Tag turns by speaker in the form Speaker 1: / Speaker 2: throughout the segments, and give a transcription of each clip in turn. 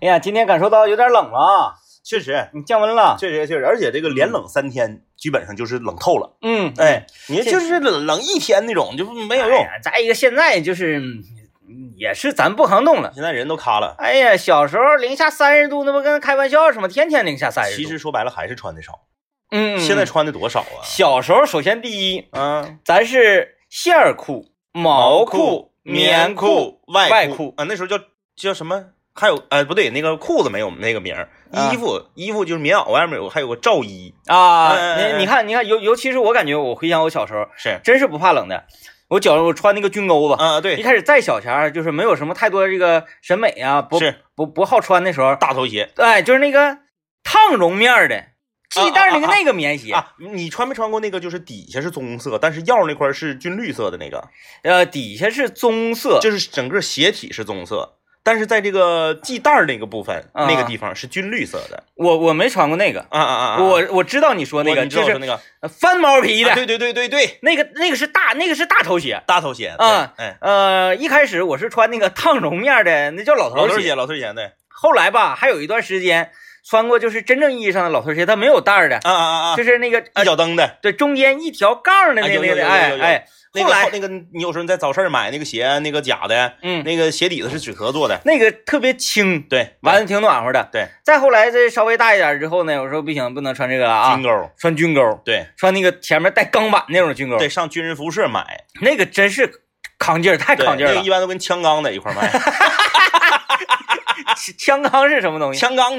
Speaker 1: 哎呀，今天感受到有点冷了啊，
Speaker 2: 确实，
Speaker 1: 你降温了。
Speaker 2: 确实，确实，而且这个连冷三天，基本上就是冷透了。
Speaker 1: 嗯，
Speaker 2: 哎，你就是冷冷一天那种，就没有
Speaker 1: 哎
Speaker 2: 用。
Speaker 1: 呀，再一个现在就是嗯也是咱不抗冻了。
Speaker 2: 现在人都卡了，
Speaker 1: 哎呀，小时候零下三十度，那不跟开玩笑似的吗？天天零下三十度。
Speaker 2: 其实，说白了还是穿的少。
Speaker 1: 哎嗯，
Speaker 2: 现在穿的多少啊？
Speaker 1: 小时候，首先第一，
Speaker 2: 嗯，
Speaker 1: 咱是线儿裤、毛裤、棉
Speaker 2: 棉、外
Speaker 1: 外
Speaker 2: 裤
Speaker 1: 裤
Speaker 2: 啊，那时候叫叫什么？还有呃，不对，那个裤子没有那个名儿，
Speaker 1: 啊
Speaker 2: 衣服衣服就是棉袄，外面有还有个罩衣，
Speaker 1: 啊。
Speaker 2: 哎哎哎
Speaker 1: 你你看，你看，尤尤其是我感觉，我回想我小时候，
Speaker 2: 是
Speaker 1: 真是嗯不怕冷的。我脚上我穿那个军钩子，
Speaker 2: 啊，
Speaker 1: 一
Speaker 2: 对，
Speaker 1: 开始再小前儿就是没有什么太多这个审美啊，不
Speaker 2: 是
Speaker 1: 不不好穿的时候，
Speaker 2: 大头鞋
Speaker 1: 哎，就是那个烫绒面儿的系带儿那个
Speaker 2: 啊啊啊
Speaker 1: 那个棉鞋，
Speaker 2: 啊。你穿没穿过那个？就是底下是棕色，但是腰那块儿是军绿色的那个，
Speaker 1: 呃，底下是棕色，
Speaker 2: 就是整个鞋体是棕色，但是在这个系带儿那个部分，
Speaker 1: 啊
Speaker 2: 那个地方是军绿色的。
Speaker 1: 我我没穿过那个，
Speaker 2: 啊啊啊啊！
Speaker 1: 我我知道你说那
Speaker 2: 我
Speaker 1: 个，
Speaker 2: 你知道
Speaker 1: 就
Speaker 2: 我说
Speaker 1: 是呃
Speaker 2: 那个，
Speaker 1: 翻毛皮的，
Speaker 2: 啊对对对对对，
Speaker 1: 那个那个是大那个是大头鞋。
Speaker 2: 大头鞋对
Speaker 1: 啊
Speaker 2: 哎，
Speaker 1: 呃，一开始我是穿那个烫绒面儿的，那叫老头
Speaker 2: 老
Speaker 1: 儿
Speaker 2: 头
Speaker 1: 鞋。
Speaker 2: 鞋，老头鞋对，
Speaker 1: 后来吧，还有一段时间穿过就是真正意义上的老头儿鞋，它没有带儿的，
Speaker 2: 啊啊啊啊
Speaker 1: 就！是那个
Speaker 2: 一
Speaker 1: 呃，
Speaker 2: 脚蹬的，
Speaker 1: 对，中间一条杠儿的
Speaker 2: 啊
Speaker 1: 那
Speaker 2: 有
Speaker 1: 那
Speaker 2: 有
Speaker 1: 个，
Speaker 2: 有
Speaker 1: 哎
Speaker 2: 有有
Speaker 1: 哎。
Speaker 2: 那
Speaker 1: 后
Speaker 2: 个
Speaker 1: 来
Speaker 2: 那个，你有时候你在早市买那个鞋，那个假的，
Speaker 1: 嗯，
Speaker 2: 那个鞋底子是纸壳做的，
Speaker 1: 那个特别轻，
Speaker 2: 对，
Speaker 1: 完了挺暖和的。
Speaker 2: 对，
Speaker 1: 再后来这稍微大一点之后呢，我说不行，不能穿这个了啊
Speaker 2: 军，钩，
Speaker 1: 穿军钩，
Speaker 2: 对
Speaker 1: 穿那个前面带钢板那种军钩，
Speaker 2: 对，上军人服务社买，
Speaker 1: 那个真是扛劲儿，太
Speaker 2: 对，
Speaker 1: 扛劲
Speaker 2: 那
Speaker 1: 儿
Speaker 2: 个
Speaker 1: 了
Speaker 2: 一。般都跟枪钢在一块 儿卖，
Speaker 1: 枪钢是什么东西？
Speaker 2: 枪钢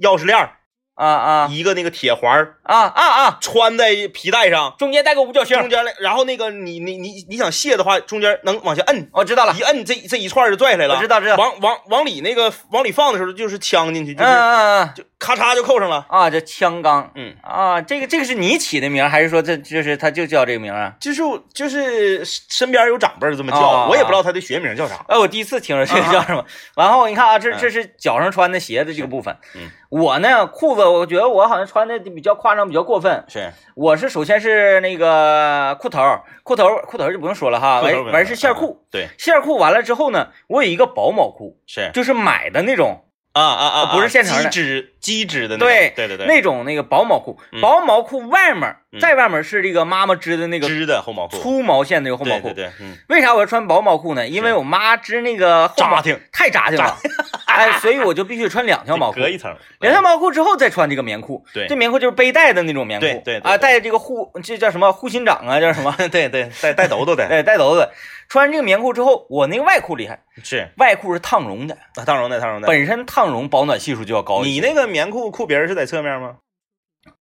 Speaker 2: 钥匙链儿
Speaker 1: 啊啊
Speaker 2: 一个那个铁环儿
Speaker 1: 啊啊啊！
Speaker 2: 穿在皮带上，
Speaker 1: 中间带个五角星，
Speaker 2: 中间那，然后那个你你你你想卸的话，中间能往下摁，
Speaker 1: 我知道了，
Speaker 2: 一摁这这一串儿就拽下来了，
Speaker 1: 我知道知道。
Speaker 2: 往往往里那个往里放的时候就是呛进去，
Speaker 1: 嗯
Speaker 2: 就是
Speaker 1: 嗯嗯
Speaker 2: 就咔嚓就扣上了。
Speaker 1: 啊，这枪钢
Speaker 2: 嗯，
Speaker 1: 啊，这个这个是你起的名儿，还是说这就是他就叫这个名儿啊？
Speaker 2: 就是就是身边有长辈儿这么叫，
Speaker 1: 哦
Speaker 2: 我也不知道他的学名叫啥。
Speaker 1: 哎，我第一次听说这个叫什么。然后你看啊，这
Speaker 2: 啊嗯
Speaker 1: 这是脚上穿的鞋的这个部分。
Speaker 2: 嗯，
Speaker 1: 我呢裤子，我觉得我好像穿的比较夸张，比较过分。
Speaker 2: 是
Speaker 1: 我是首先是那个裤头儿，裤头儿裤头儿就不用说了哈，
Speaker 2: 裤头
Speaker 1: 完
Speaker 2: 不
Speaker 1: 完
Speaker 2: 用
Speaker 1: 是
Speaker 2: 说
Speaker 1: 线裤，
Speaker 2: 嗯啊对，
Speaker 1: 线裤完了之后呢，我有一个薄毛裤，
Speaker 2: 是
Speaker 1: 就是买的那种，
Speaker 2: 啊啊啊，
Speaker 1: 不是现成的
Speaker 2: 机织机织的那种，
Speaker 1: 对
Speaker 2: 对对对，
Speaker 1: 那种那个薄毛裤，
Speaker 2: 嗯
Speaker 1: 薄毛裤外面
Speaker 2: 嗯
Speaker 1: 再外面是这个妈妈织的那个
Speaker 2: 织的后毛裤，
Speaker 1: 粗毛线的那个厚
Speaker 2: 对
Speaker 1: 毛裤
Speaker 2: 对。对，嗯，
Speaker 1: 为啥我要穿薄毛裤呢？因为
Speaker 2: 是
Speaker 1: 我妈织那个厚毛
Speaker 2: 扎挺
Speaker 1: 太扎挺了，哎，所以我就必须穿 两条毛裤
Speaker 2: 隔。一层，
Speaker 1: 两条毛裤之后再穿这个棉裤，
Speaker 2: 对
Speaker 1: 这棉裤就是背带的那种棉裤，
Speaker 2: 对对对
Speaker 1: 啊，
Speaker 2: 对
Speaker 1: 带这个护这叫什么护心长啊，叫什么？
Speaker 2: 对对，带带兜兜的，
Speaker 1: 哎，带头子。穿这个棉裤之后，我那个外裤厉害，
Speaker 2: 是
Speaker 1: 外裤是烫绒的，
Speaker 2: 啊烫绒的烫绒的。
Speaker 1: 本身烫绒保暖系数就要高一
Speaker 2: 你
Speaker 1: 些。
Speaker 2: 那个棉裤裤鼻儿是在侧面吗？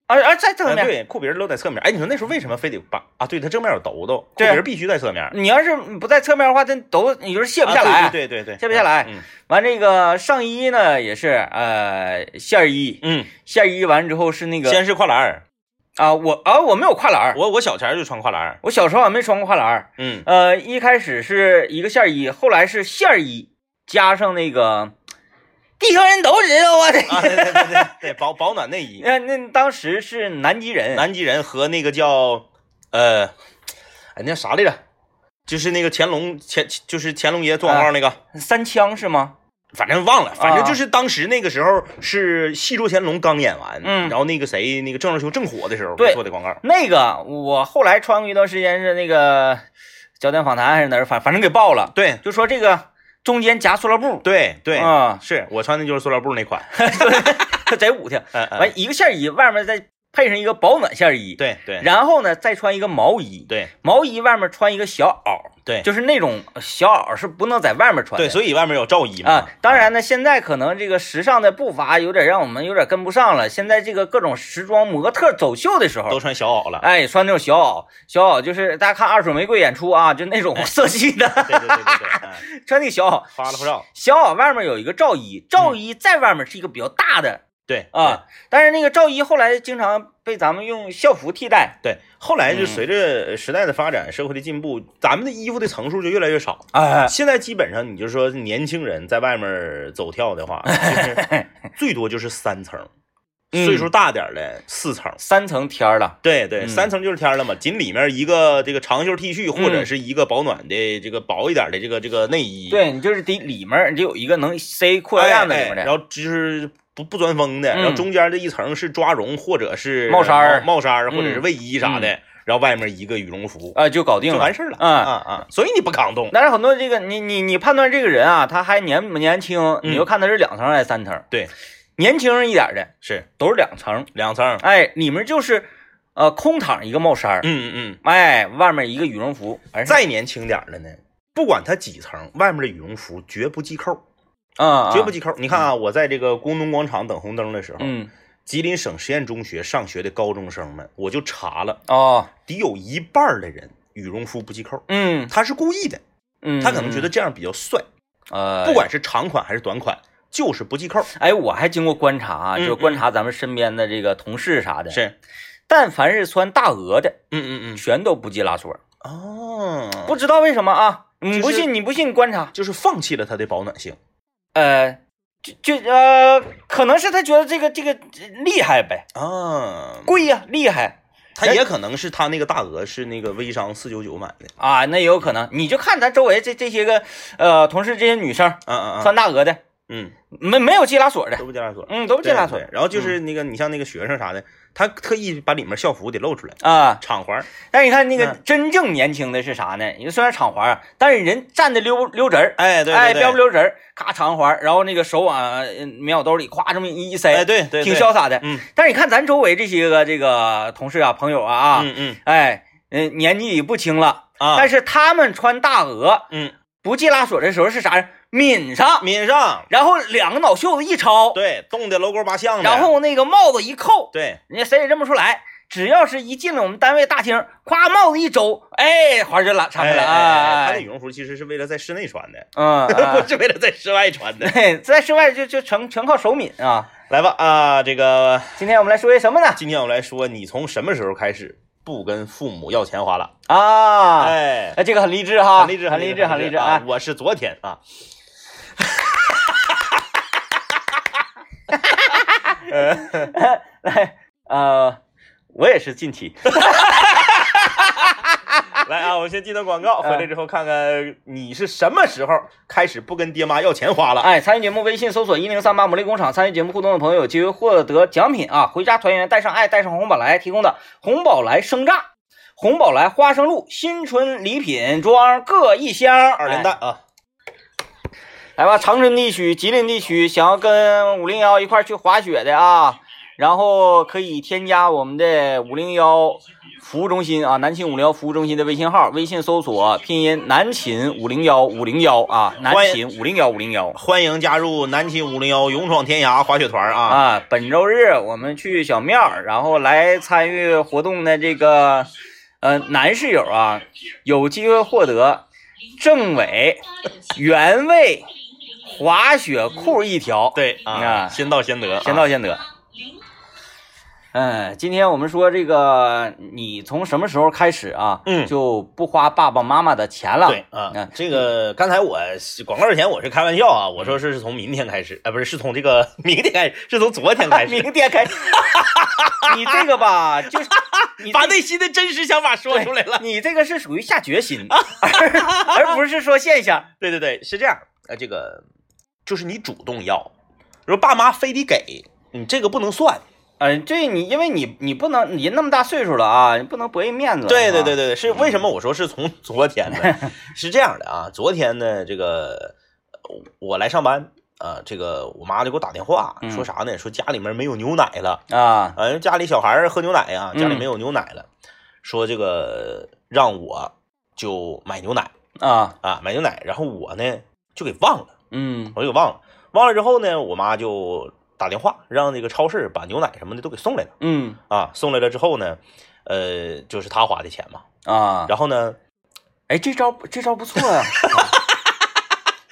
Speaker 1: 而而在侧
Speaker 2: 哎，
Speaker 1: 面，
Speaker 2: 对，裤鼻儿都在侧面。哎，你说那时候为什么非得把啊？对，啊它正面有兜兜，裤鼻
Speaker 1: 对
Speaker 2: 儿必须在侧面，
Speaker 1: 你要是不在侧面的话，它都你就是卸不下来。
Speaker 2: 啊对对对对，
Speaker 1: 卸不下来
Speaker 2: 嗯
Speaker 1: 完这个上衣呢也是呃线衣，
Speaker 2: 嗯，
Speaker 1: 线衣完之后是那个
Speaker 2: 先是跨栏儿，
Speaker 1: 啊我啊我没有跨栏儿，
Speaker 2: 我我小前儿就穿跨栏儿，
Speaker 1: 我小时候还没穿过跨栏儿。
Speaker 2: 嗯，
Speaker 1: 呃，一开始是一个线衣，后来是线衣加上那个，地球人都知道啊，这
Speaker 2: 啊，对对对对对，保保暖内衣，
Speaker 1: 那那当时是南极人，
Speaker 2: 南极人和那个叫呃，哎，那叫啥来着？就是那个乾隆乾，就是乾隆爷做广告那个，
Speaker 1: 三枪是吗？
Speaker 2: 反正忘了，反正
Speaker 1: 啊
Speaker 2: 就是当时那个时候是《戏说乾隆》刚演完，
Speaker 1: 嗯
Speaker 2: 然后那个谁，那个郑少秋正火的时候
Speaker 1: 对
Speaker 2: 做的广告，
Speaker 1: 那个我后来穿过一段时间是那个焦点访谈还是哪儿，反反正给爆了，
Speaker 2: 对
Speaker 1: 就说这个中间夹塑料布，
Speaker 2: 对对，
Speaker 1: 啊，
Speaker 2: 是我穿的就是塑料布那 款，
Speaker 1: 它贼舞挺。
Speaker 2: 嗯嗯，
Speaker 1: 完一个线衣，外面再配上一个保暖线衣，，
Speaker 2: 对对
Speaker 1: 然后呢再穿一个毛衣，
Speaker 2: 对
Speaker 1: 毛衣外面穿一个小袄，
Speaker 2: 对
Speaker 1: 就是那种小袄是不能在外面穿的。
Speaker 2: 对，所以外面有罩衣嘛
Speaker 1: 啊，，当然呢，现在可能这个时尚的步伐有点让我们有点跟不上了。现在这个各种时装模特走秀的时
Speaker 2: 都
Speaker 1: 候，
Speaker 2: 穿小 袄了，
Speaker 1: 哎，穿那种小袄，小袄就是大家看二手玫瑰演出啊，就那种色系的，
Speaker 2: 对对对对对，嗯
Speaker 1: 穿那个小袄，
Speaker 2: 发了不少，
Speaker 1: 小袄外面有一个罩衣，罩衣在外面是一个比较大的
Speaker 2: 对
Speaker 1: 啊，但是那个罩衣后来经常被咱们用校服替代。
Speaker 2: 对，后来就
Speaker 1: 嗯
Speaker 2: 随着时代的发展、社会的进步，咱们的衣服的层数就越来越少。
Speaker 1: 哎，
Speaker 2: 现在基本上，你就说 年轻人在外面走跳的话，就是最多就是三层，
Speaker 1: 嗯
Speaker 2: 岁数大点儿的四层。
Speaker 1: 三层天儿了，
Speaker 2: 对对，
Speaker 1: 嗯
Speaker 2: 三层就是天儿了嘛，仅里面一个这个长袖 T 恤或者
Speaker 1: 嗯
Speaker 2: 是一个保暖的这个薄一点的这个这个内衣，
Speaker 1: 对你就是得里面儿你就有一个能塞裤腰
Speaker 2: 哎，
Speaker 1: 带子里面
Speaker 2: 哎
Speaker 1: 的，
Speaker 2: 然后就是不不钻风的，
Speaker 1: 嗯
Speaker 2: 然后中间这一层是抓绒或者是
Speaker 1: 帽衫儿
Speaker 2: 帽帽衫儿或者
Speaker 1: 嗯
Speaker 2: 是卫衣啥的，然后外面一个羽绒服，
Speaker 1: 啊，就搞定
Speaker 2: 就
Speaker 1: 了，
Speaker 2: 完事儿了。
Speaker 1: 嗯
Speaker 2: 啊啊，所以你不抗冻，
Speaker 1: 但是很多这个你你你判断这个人啊，他还年不年轻，你就看他是两层还是三层。
Speaker 2: 嗯对，
Speaker 1: 年轻人一点的
Speaker 2: 是
Speaker 1: 都是两层，
Speaker 2: 两层。
Speaker 1: 哎，里面就是呃空躺一个帽衫儿，
Speaker 2: 嗯嗯嗯。
Speaker 1: 哎，外面一个羽绒服，完事儿
Speaker 2: 再年轻点儿的呢，不管它几层，外面的羽绒服绝不系扣，
Speaker 1: 啊，
Speaker 2: 绝不系扣。你看啊，我在这个工农广场等红灯的时候，
Speaker 1: 嗯
Speaker 2: 吉林省实验中学上学的高中生们，我就查了，
Speaker 1: 哦
Speaker 2: 得有一半儿的人羽绒服不系扣，
Speaker 1: 嗯
Speaker 2: 他是故意的，
Speaker 1: 嗯，
Speaker 2: 他可能觉得这样比较帅。
Speaker 1: 呃
Speaker 2: 不管是长款还是短款，就是不系扣。
Speaker 1: 哎，我还经过观察啊，
Speaker 2: 嗯
Speaker 1: 就是观察咱们身边的这个同事啥的，
Speaker 2: 是，
Speaker 1: 但凡是穿大鹅的，
Speaker 2: 嗯嗯嗯，
Speaker 1: 全都不系拉锁，
Speaker 2: 哦，
Speaker 1: 不知道为什么啊。你不
Speaker 2: 就是
Speaker 1: 信？你不信？你观察，
Speaker 2: 就是放弃了它的保暖性。
Speaker 1: 呃，就就呃，可能是他觉得这个这个厉害呗，
Speaker 2: 啊，
Speaker 1: 贵呀、厉害
Speaker 2: 它也可能是它那个大鹅是那个微商四九九买的，
Speaker 1: 啊，那也有可能。你就看咱周围这这些个呃同事这些女生
Speaker 2: 啊啊啊，
Speaker 1: 穿大鹅的，
Speaker 2: 嗯，
Speaker 1: 没没有系拉锁的
Speaker 2: 都，不加拉锁，
Speaker 1: 嗯，都
Speaker 2: 不
Speaker 1: 是系拉锁
Speaker 2: 然后就是那个你像那个学生啥的，他特意把里面校服得露出来，
Speaker 1: 啊。
Speaker 2: 敞怀儿，
Speaker 1: 但是你看那个
Speaker 2: 嗯
Speaker 1: 真正年轻的是啥呢？你虽然敞怀啊，但是人站的溜溜直儿，
Speaker 2: 哎对
Speaker 1: 哎，
Speaker 2: 对
Speaker 1: 标不
Speaker 2: 对，
Speaker 1: 溜直儿，咔长环，然后那个手往呃棉袄兜里咵这么一塞，
Speaker 2: 哎对对，
Speaker 1: 挺
Speaker 2: 潇，
Speaker 1: 潇洒的。
Speaker 2: 嗯
Speaker 1: 但是你看咱周围这些个这个同事啊、朋友啊啊，
Speaker 2: 嗯嗯
Speaker 1: 哎，嗯、年纪也不轻了，
Speaker 2: 啊，
Speaker 1: 但
Speaker 2: 是
Speaker 1: 是他们穿大鹅
Speaker 2: 嗯，
Speaker 1: 不系拉锁的时候是啥人？抿上，
Speaker 2: 抿上，
Speaker 1: 然后两个脑袖子一抄，
Speaker 2: 对，冻得楼沟八巷的，
Speaker 1: 然后那个帽子一扣，
Speaker 2: 对，
Speaker 1: 人家谁也认不出来。只要是一进了我们单位大厅，咵帽子一周，哎，环就拉上
Speaker 2: 哎
Speaker 1: 来了
Speaker 2: 哎哎
Speaker 1: 啊
Speaker 2: 他那。羽绒服其实是为了在室内穿的，
Speaker 1: 嗯，啊
Speaker 2: 不是为了在室外穿的。
Speaker 1: 对，在室外就就全全靠手抿啊。
Speaker 2: 来吧啊、这个
Speaker 1: 今天我们来说些什么呢？
Speaker 2: 今天我们来说，你从什么时候开始不跟父母要钱花了？
Speaker 1: 啊，
Speaker 2: 哎，
Speaker 1: 哎，这个很励志哈，
Speaker 2: 很励志，
Speaker 1: 很
Speaker 2: 励
Speaker 1: 志，很
Speaker 2: 很
Speaker 1: 励志
Speaker 2: 啊
Speaker 1: 啊！！
Speaker 2: 我是昨天啊。
Speaker 1: 来，呃，我也是近期，
Speaker 2: 来啊，我先进段广告，
Speaker 1: 嗯
Speaker 2: 回来之后看看你是什么时候开始不跟爹妈要钱花了。
Speaker 1: 哎，参与节目微信搜索一零三八魔力工厂，参与节目互动的朋友有机会获得奖品啊！回家团圆，带上爱，带上红宝来提供的红宝来生榨、红宝来花生露新春礼品装各一箱，
Speaker 2: 二连
Speaker 1: 哎
Speaker 2: 蛋啊，
Speaker 1: 来吧，长春地区、吉林地区想要跟五零幺一块儿去滑雪的啊，然后可以添加我们的五零幺服务中心啊，南秦五零幺服务中心的微信号，微信搜索拼音南秦五零幺五零幺啊，南
Speaker 2: 欢
Speaker 1: 秦
Speaker 2: 迎
Speaker 1: 五零幺五零幺
Speaker 2: 欢迎加入南秦五零幺勇闯天涯滑雪团啊！
Speaker 1: 啊。本周日我们去小庙儿，然后来参与活动的这个呃男室友啊，有机会获得政委原味滑雪裤一条。
Speaker 2: 对
Speaker 1: 啊
Speaker 2: 啊，先到先得，
Speaker 1: 先到先得。嗯，今天我们说这个，你从什么时候开始啊？
Speaker 2: 嗯
Speaker 1: 就不花爸爸妈妈的钱了。
Speaker 2: 对啊
Speaker 1: 嗯，
Speaker 2: 这个刚才我是广告前我是开玩笑啊，
Speaker 1: 嗯
Speaker 2: 我说是是从明天开始，啊，不是是从这个 明天开始，是从昨天开始，
Speaker 1: 明天开始，你这个吧，就是你
Speaker 2: 把内心的真实想法说出来了。
Speaker 1: 你这个是属于下决心，而而不是说现象。
Speaker 2: 对对对，是这样，呃，这个就是你主动要，如果爸妈非得给你，这个不能算。
Speaker 1: 嗯、这你因为你你不能，你那么大岁数了啊，你不能博人面子。
Speaker 2: 对对
Speaker 1: 是吧
Speaker 2: 对，对对，是为什么我说是从昨天 呢？是这样的啊，昨天呢，这个呃我来上班。啊，这个我妈就给我打电话
Speaker 1: 嗯
Speaker 2: 说啥呢？说家里面没有牛奶了，
Speaker 1: 啊，
Speaker 2: 嗯、家里小孩儿喝牛奶呀、家里
Speaker 1: 嗯
Speaker 2: 没有牛奶了，说这个让我就买牛奶
Speaker 1: 啊，
Speaker 2: 啊，买牛奶。然后我呢就给忘了，
Speaker 1: 嗯
Speaker 2: 我就给忘了。忘了之后呢，我妈就打电话让那个超市把牛奶什么的都给送来了
Speaker 1: 嗯
Speaker 2: 啊。送来了之后呢，呃，就是她花的钱嘛。
Speaker 1: 啊，
Speaker 2: 然后呢，
Speaker 1: 哎，这招这招不错 呀、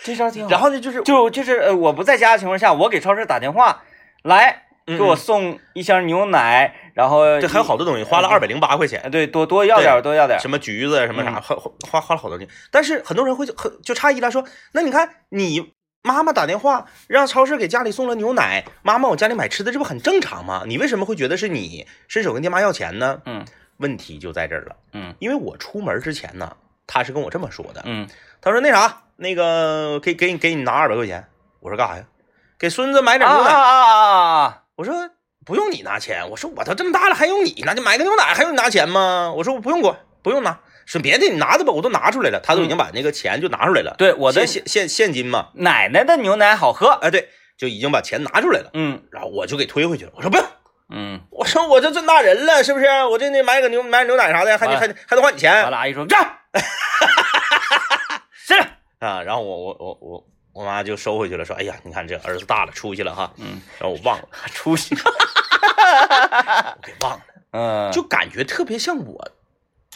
Speaker 1: 这招挺好。
Speaker 2: 然后呢就是
Speaker 1: 就就是呃，我不在家的情况下，我给超市打电话，来
Speaker 2: 嗯
Speaker 1: 给我送一箱牛奶，然后
Speaker 2: 这还有好
Speaker 1: 多，
Speaker 2: 多东西，花了二百零八
Speaker 1: 呃
Speaker 2: 块钱，
Speaker 1: 对，多多要点儿，
Speaker 2: 嗯哎对嗯
Speaker 1: 多要点儿。
Speaker 2: 什么橘子什么啥，花花花了好多东西。但是很多人会很就诧异了，说那你看你妈妈打电话让超市给家里送了牛奶，妈妈我家里买吃的，这不很正常吗？你为什么会觉得是你伸手跟爹妈要钱呢？
Speaker 1: 嗯
Speaker 2: 问题就在这儿了，
Speaker 1: 嗯
Speaker 2: 因为我出门之前呢，他是跟我这么说的，
Speaker 1: 嗯
Speaker 2: 他说那啥，那个给给你给你拿二百块钱，我说干啥呀？给孙子买
Speaker 1: 啊
Speaker 2: 点牛奶。
Speaker 1: 啊啊啊！
Speaker 2: 我说不用你拿钱，我说我都这么大了还用你拿？就买个牛奶还用你拿钱吗？我说我不用管，不用拿。说别的你拿着吧，我都拿出来了，他都已经把那个钱就拿出来了。
Speaker 1: 嗯对，我的
Speaker 2: 现现现现金嘛，
Speaker 1: 奶奶的牛奶好喝。
Speaker 2: 哎对，就已经把钱拿出来了，
Speaker 1: 嗯
Speaker 2: 然后我就给推回去了。我说不用，
Speaker 1: 嗯，
Speaker 2: 我说我这这么大人了，是不是？我这那买个牛买点牛奶啥的，还得还得还得花你
Speaker 1: 完
Speaker 2: 钱
Speaker 1: 了，阿姨说 站，是，
Speaker 2: 啊。然后我我我我我妈就收回去了，说哎呀，你看这儿子大了，出息了哈。
Speaker 1: 嗯，
Speaker 2: 然后我忘了，
Speaker 1: 出息。
Speaker 2: 我 给忘了，
Speaker 1: 嗯，
Speaker 2: 就感觉特别像我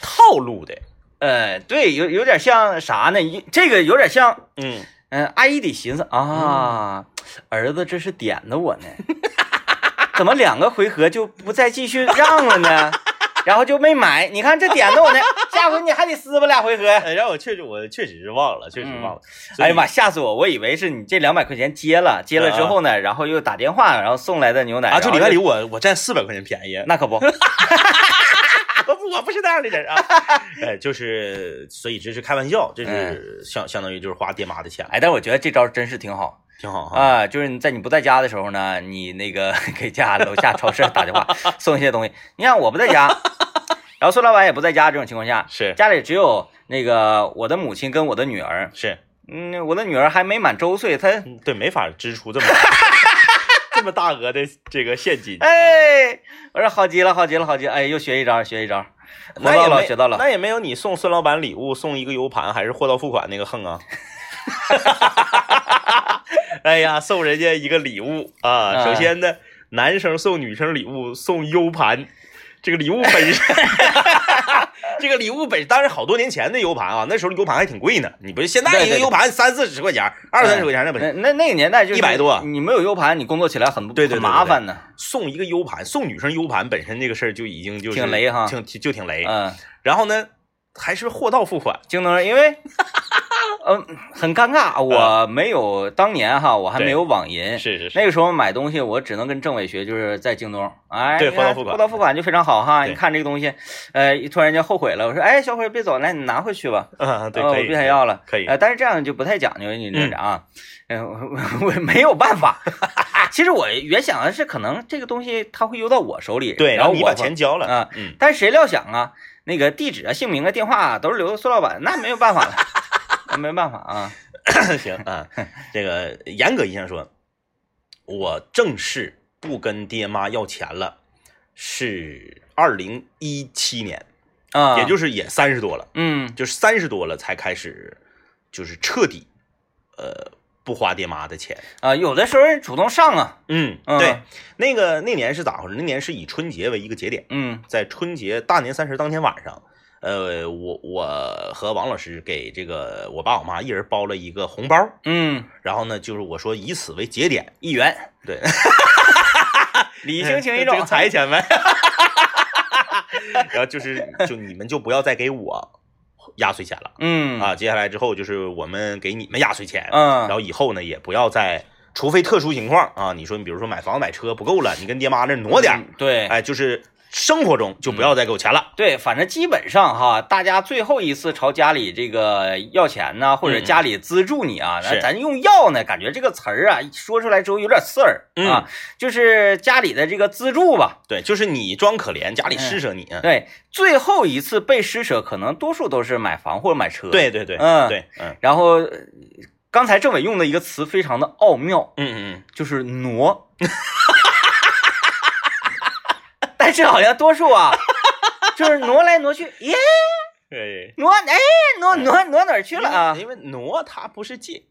Speaker 2: 套路的，
Speaker 1: 呃，对，有有点像啥呢？一这个有点像，
Speaker 2: 嗯。
Speaker 1: 嗯、阿姨得寻思啊，儿子这是点的我呢， 怎么两个回合就不再继续让了呢？然后就没买，你看这点的我呢，下回你还得撕吧俩回合。
Speaker 2: 哎，让我确实，我确实是忘了，确实忘了。 所以啊
Speaker 1: 哎呀妈，，吓死我！我以为是你这两百块钱接了，接了之后呢，然后又打电话，然后送来的牛奶
Speaker 2: 啊，
Speaker 1: 然
Speaker 2: 就
Speaker 1: 后
Speaker 2: 礼拜里我我占四百块钱便宜，
Speaker 1: 那可 不，
Speaker 2: 我不我不是那样 的人啊。哎，就是，所以这是开玩笑，这是相相当于就是花爹妈的钱，
Speaker 1: 嗯哎，但我觉得这招真是挺好
Speaker 2: 挺好哈。
Speaker 1: 啊、就是你在你不在家的时候呢，你那个 给家楼下超市打电 话送一些东西。你看我不在家，然后孙老板也不在家，这种情况下，
Speaker 2: 是
Speaker 1: 家里只有那个我的母亲跟我的女儿，
Speaker 2: 是，
Speaker 1: 嗯，我的女儿还没满周岁，她
Speaker 2: 嗯对，没法支出这 么这么大额的这个现金，
Speaker 1: 哎，我说好极了，好极了，好极了，哎，又学一招，学一招，学
Speaker 2: 那也
Speaker 1: 到了，
Speaker 2: 没
Speaker 1: 学到了。
Speaker 2: 那也没有你送孙老板礼物送一个 U 盘还是货到付款那个横啊。 哎呀，送人家一个礼物啊！
Speaker 1: 啊
Speaker 2: 首先呢，男生送女生礼物送 U 盘，这个礼物 本身，这个礼物本当然好多年前的 U 盘啊，那时候 U 盘还挺贵呢。你不是现在
Speaker 1: 对
Speaker 2: 一
Speaker 1: 对
Speaker 2: 个
Speaker 1: 对
Speaker 2: U 盘三四十块钱，二三十块钱那不
Speaker 1: 哎那
Speaker 2: 是？
Speaker 1: 那那个年代就是
Speaker 2: 100多
Speaker 1: 你没有 U 盘，你工作起来很不
Speaker 2: 对对对对
Speaker 1: 很麻烦呢。
Speaker 2: 送一个 U 盘，送女生 U 盘本身这个事儿就已经就是
Speaker 1: 挺雷哈
Speaker 2: 挺就挺雷。
Speaker 1: 嗯，
Speaker 2: 然后呢，还是货到付款，
Speaker 1: 京东人，因为 嗯很尴尬，我没有当年哈，我还没有网银，
Speaker 2: 是是是。
Speaker 1: 那个时候买东西我只能跟政委学，就是在京东，哎，
Speaker 2: 对
Speaker 1: 你看
Speaker 2: 货到付款
Speaker 1: 货到付款就非常好哈。
Speaker 2: 对
Speaker 1: 你看这个东西，呃，突然间后悔了，我说哎，小伙儿别走，来你拿回去吧，
Speaker 2: 啊，对，
Speaker 1: 呃
Speaker 2: 可
Speaker 1: 我
Speaker 2: 以，
Speaker 1: 不想要了。
Speaker 2: 可以，
Speaker 1: 呃，但是这样就不太讲究，你这啥啊？嗯，我我我没有办法。 其实我原想的是，可能这个东西它会邮到我手里，
Speaker 2: 对，
Speaker 1: 然后
Speaker 2: 你
Speaker 1: 我
Speaker 2: 把
Speaker 1: 会
Speaker 2: 钱交了，
Speaker 1: 啊
Speaker 2: 嗯，
Speaker 1: 但是谁料想啊，那个地址啊、姓名啊、电话啊，都是留的孙老板，那没有办法了，那没办法啊。
Speaker 2: 行啊，这个严格意义上说，我正式不跟爹妈要钱了，是二零一七年，
Speaker 1: 啊，
Speaker 2: 也就是也三十多了，
Speaker 1: 嗯
Speaker 2: 就是三十多了才开始，就是彻底，呃，不花爹妈的钱，
Speaker 1: 啊，有的时候人主动上啊，
Speaker 2: 嗯，
Speaker 1: 嗯
Speaker 2: 对，那个那年是咋回事？那年是以春节为一个节点。
Speaker 1: 嗯
Speaker 2: 在春节大年三十当天晚上，呃，我我和王老师给这个我爸我妈一人包了一个红包，
Speaker 1: 嗯，
Speaker 2: 然后呢，就是我说以此为节点，
Speaker 1: 一元，
Speaker 2: 对，
Speaker 1: 礼轻情意
Speaker 2: 这
Speaker 1: 重
Speaker 2: 个，财 钱呗。然后就是就你们就不要再给我压岁钱了
Speaker 1: 嗯
Speaker 2: 啊！接下来之后就是我们给你们压岁钱，
Speaker 1: 嗯
Speaker 2: 然后以后呢也不要再。除非特殊情况啊，你说你比如说买房买车不够了，你跟爹妈那儿挪点儿，
Speaker 1: 嗯对
Speaker 2: 哎，就是生活中就不要再给我钱了。
Speaker 1: 对，反正基本上哈，大家最后一次朝家里这个要钱呐，或者
Speaker 2: 嗯
Speaker 1: 家里资助你啊，咱
Speaker 2: 是
Speaker 1: 咱用要呢，感觉这个词儿啊说出来之后有点刺儿
Speaker 2: 嗯
Speaker 1: 啊，就是家里的这个资助吧，
Speaker 2: 对，就是你装可怜，家里施舍你。嗯
Speaker 1: 对，最后一次被施舍，可能多数都是买房或者买车。，
Speaker 2: 对对对，
Speaker 1: 嗯
Speaker 2: 对，嗯
Speaker 1: 然后呃刚才政委用的一个词非常的奥妙，
Speaker 2: 嗯嗯，
Speaker 1: 就是挪。 但是好像多数啊，就是挪来挪去，耶，
Speaker 2: 对，
Speaker 1: 挪，哎，挪挪挪哪儿去了啊？
Speaker 2: 因为挪它不是借，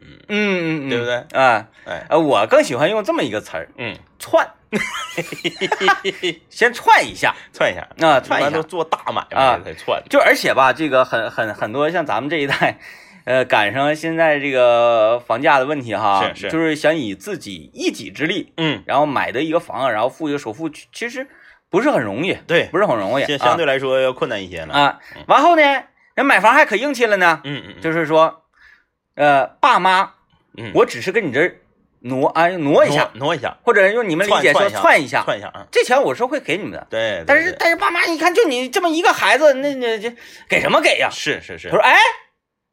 Speaker 1: 嗯嗯嗯，
Speaker 2: 对不对？
Speaker 1: 啊，
Speaker 2: 哎，
Speaker 1: 呃，我更喜欢用这么一个词儿，
Speaker 2: 嗯，
Speaker 1: 窜，先窜一下
Speaker 2: 窜一下，
Speaker 1: 啊，
Speaker 2: 一
Speaker 1: 窜
Speaker 2: 般
Speaker 1: 一下
Speaker 2: 都。做大买
Speaker 1: 啊
Speaker 2: 卖才窜。
Speaker 1: 就而且吧，这个很很很多像咱们这一代，呃，赶上现在这个房价的问题哈，
Speaker 2: 是是
Speaker 1: 就是想以自己一己之力，
Speaker 2: 嗯，
Speaker 1: 然后买的一个房，然后付一个首付，其其实不是很容易，
Speaker 2: 对，
Speaker 1: 不是很容易，
Speaker 2: 相相对来说要嗯困难一些了。
Speaker 1: 啊啊。完
Speaker 2: 嗯
Speaker 1: 后呢，人买房还可硬气了呢，
Speaker 2: 嗯嗯，
Speaker 1: 就是说，呃，爸妈
Speaker 2: 嗯
Speaker 1: 我只是跟你这儿挪哎挪一下，
Speaker 2: 挪一下，
Speaker 1: 或者用你们理解说
Speaker 2: 窜
Speaker 1: 窜一下，
Speaker 2: 窜一下啊。
Speaker 1: 这钱我是会给你们的。
Speaker 2: 对，对
Speaker 1: 但是
Speaker 2: 对
Speaker 1: 但是爸妈，你看就你这么一个孩子，那那这给什么给呀？
Speaker 2: 是是
Speaker 1: 他
Speaker 2: 是
Speaker 1: 说，哎，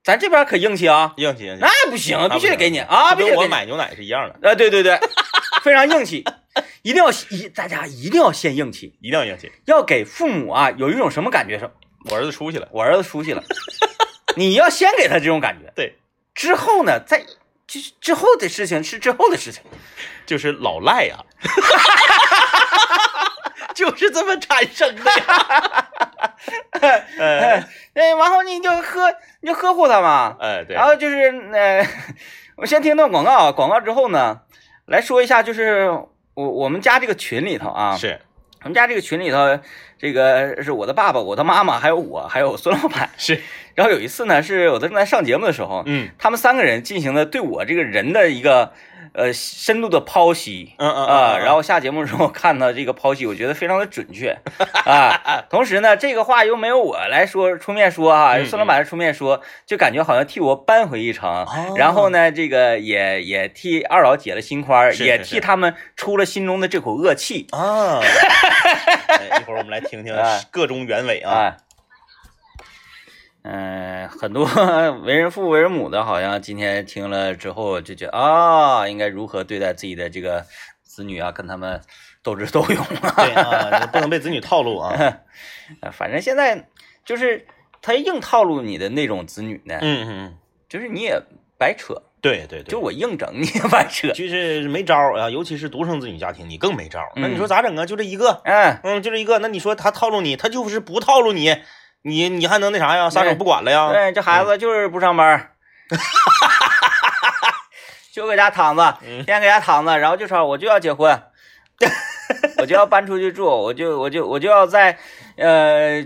Speaker 1: 咱这边可硬气啊，
Speaker 2: 硬气硬气，
Speaker 1: 那不行，必须得给你啊，
Speaker 2: 就
Speaker 1: 必须得
Speaker 2: 跟我
Speaker 1: 给你。
Speaker 2: 买牛奶是一样的，
Speaker 1: 啊，对对对， 非常硬气，一定要一大家一定要先硬气，
Speaker 2: 一定要硬气。
Speaker 1: 要给父母啊有一种什么感觉是？
Speaker 2: 我儿子出去了，
Speaker 1: 我儿子出息了， 你要先给他这种感觉，
Speaker 2: 对，
Speaker 1: 之后呢，再之之后的事情是之后的事情，
Speaker 2: 就是老赖 呀、啊，就是这么产生的呀。 呃哎
Speaker 1: 哎，那然后你就呵你就呵护他嘛，
Speaker 2: 哎，对
Speaker 1: 然，后就是呃， 我先听段广告啊，广告之后呢，来说一下就是我我们家这个群里头啊，
Speaker 2: 是
Speaker 1: 我们家这个群里头，这个是我的爸爸、我的妈妈，还有我，还有孙老板。
Speaker 2: 是，
Speaker 1: 然后有一次呢，是我正在上节目的时候，
Speaker 2: 嗯
Speaker 1: 他们三个人进行了对我这个人的一个呃深度的剖析。
Speaker 2: 嗯嗯
Speaker 1: 啊、然
Speaker 2: 后
Speaker 1: 后下节目的时候看到这个剖析，我觉得非常的准 确啊。同时呢，这个话又没有我来说出面说啊，
Speaker 2: 嗯
Speaker 1: 孙老板出面说，就感觉好像替我扳回一城。
Speaker 2: 哦
Speaker 1: 然后呢，这个也也替二老解了心宽儿，
Speaker 2: 是是
Speaker 1: 也
Speaker 2: 是
Speaker 1: 替他们出了心中的这口恶气。
Speaker 2: 啊， 哎一会儿我们来听听
Speaker 1: 哎
Speaker 2: 各中原委啊。
Speaker 1: 啊。嗯、很多 为人父为人母的，好像今天听了之后就觉得啊，应该如何对待自己的这个子女啊，跟他们斗智斗勇啊。
Speaker 2: 对啊， 不能被子女套路啊。
Speaker 1: 呃反正现在就是他硬套路你的那种子女呢，
Speaker 2: 嗯嗯嗯，
Speaker 1: 就是你也白扯，
Speaker 2: 对对对，
Speaker 1: 就我硬整你也白扯。
Speaker 2: 就是没招儿啊，尤其是独生子女家庭，你更没招儿。那你
Speaker 1: 嗯
Speaker 2: 说咋整啊？就这一个，
Speaker 1: 嗯，
Speaker 2: 嗯，就这一个。那你说他套路你，他就是不套路你，你你还能那啥呀？撒手不管了呀？
Speaker 1: 对，这孩
Speaker 2: 嗯
Speaker 1: 子就是不上班儿， 就搁家躺着，
Speaker 2: 嗯
Speaker 1: 天天搁家躺着，然后就说我就要 结婚，我就要搬出去住，我就我就我就要在呃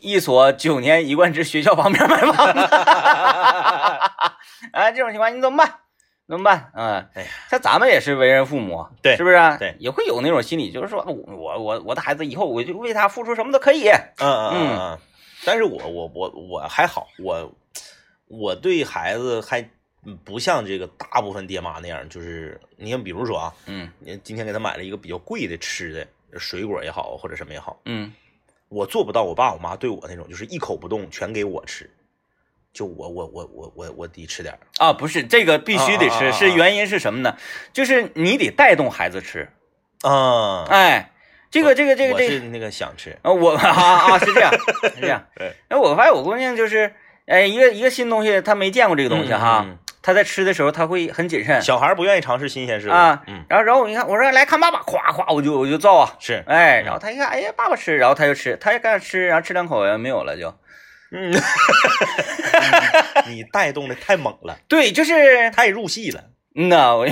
Speaker 1: 一所九年一贯制学校旁边买房子。 哎，这种情况你怎么办？怎么办？嗯，
Speaker 2: 哎呀
Speaker 1: 像咱们也是为人父母，
Speaker 2: 对
Speaker 1: 是不是啊？
Speaker 2: 对
Speaker 1: 也会有那种心理，就是说我我我我的孩子以后我就为他付出什么都可以。
Speaker 2: 嗯嗯嗯嗯。但是我我我我还好，我我对孩子还不像这个大部分爹妈那样，就是你看，比如说啊，
Speaker 1: 嗯
Speaker 2: 你今天给他买了一个比较贵的吃的，水果也好或者什么也好，
Speaker 1: 嗯
Speaker 2: 我做不到我爸我妈对我那种，就是一口不动，全给我吃。就我我我我我我得吃点儿，
Speaker 1: 啊，不是这个必须得
Speaker 2: 啊啊
Speaker 1: 吃，
Speaker 2: 啊
Speaker 1: 是原因是什么呢？就是你得带动孩子吃，
Speaker 2: 啊，
Speaker 1: 哎，这个这个这个
Speaker 2: 我
Speaker 1: 这
Speaker 2: 是
Speaker 1: 个，
Speaker 2: 那个想吃，
Speaker 1: 啊，我啊啊是这样是这样，
Speaker 2: 对，
Speaker 1: 哎，我发现我姑娘就是，哎，一个一个新东西，她没见过这个东西哈，
Speaker 2: 嗯
Speaker 1: 她在吃的时候她会很谨慎，
Speaker 2: 小孩儿不愿意尝试新鲜事物
Speaker 1: 啊
Speaker 2: 嗯，
Speaker 1: 然后然后我一看，我说来看爸爸，咵咵我就我就造啊，
Speaker 2: 是，
Speaker 1: 哎，然后她一看，哎呀爸爸吃，然后她就吃，她也开始吃，然后吃两口哎也没有了就，
Speaker 2: 嗯， 你带动的太猛了，
Speaker 1: 对，就是
Speaker 2: 太入戏了，
Speaker 1: 嗯呐，我 我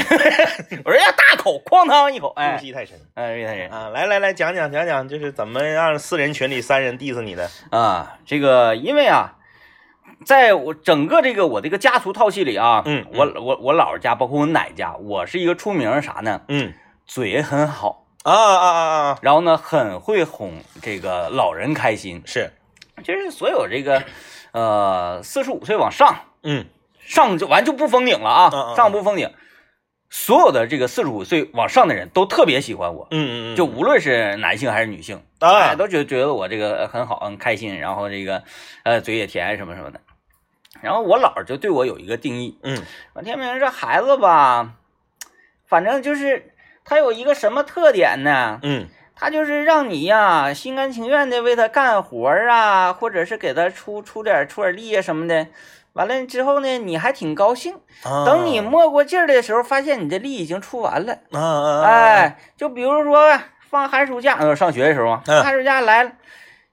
Speaker 1: 说要大口哐当一口，
Speaker 2: 入
Speaker 1: 哎
Speaker 2: 戏太深
Speaker 1: 哎，瑞太人。
Speaker 2: 啊！来来来，讲讲讲讲，就是怎么让四人群里三人 diss 你的？
Speaker 1: 啊，这个因为啊，在我整个这个我这个家族套系里啊，
Speaker 2: 嗯嗯
Speaker 1: 我我我姥姥家，包括我奶家，我是一个出名儿啥呢？
Speaker 2: 嗯，
Speaker 1: 嘴很好，
Speaker 2: 啊啊啊啊，
Speaker 1: 然后呢，很会哄这个老人开心，
Speaker 2: 是，
Speaker 1: 就是所有这个，呃，四十五岁往上
Speaker 2: 嗯
Speaker 1: 上就完就不封顶了
Speaker 2: 嗯嗯
Speaker 1: 啊，
Speaker 2: 嗯
Speaker 1: 上不封顶，所有的这个四十五岁往上的人都特别喜欢我，
Speaker 2: 嗯嗯，
Speaker 1: 就无论是男性还是女性，
Speaker 2: 啊
Speaker 1: 哎，都觉得觉得我这个呃很好，很开心，然后这个呃嘴也甜什么什么的。然后我姥儿就对我有一个定义，
Speaker 2: 嗯
Speaker 1: 说天明这孩子吧，反正就是他有一个什么特点呢？
Speaker 2: 嗯
Speaker 1: 他就是让你呀、心甘情愿的为他干活儿啊，或者是给他出出点出点力啊什么的。完了之后呢，你还挺高兴。
Speaker 2: 啊，
Speaker 1: 等你没过劲儿的时候，发现你的力已经出完了。
Speaker 2: 啊啊，啊，
Speaker 1: 哎，就比如说放寒暑假，呃，上学的时候啊，
Speaker 2: 嗯
Speaker 1: 寒暑假来了，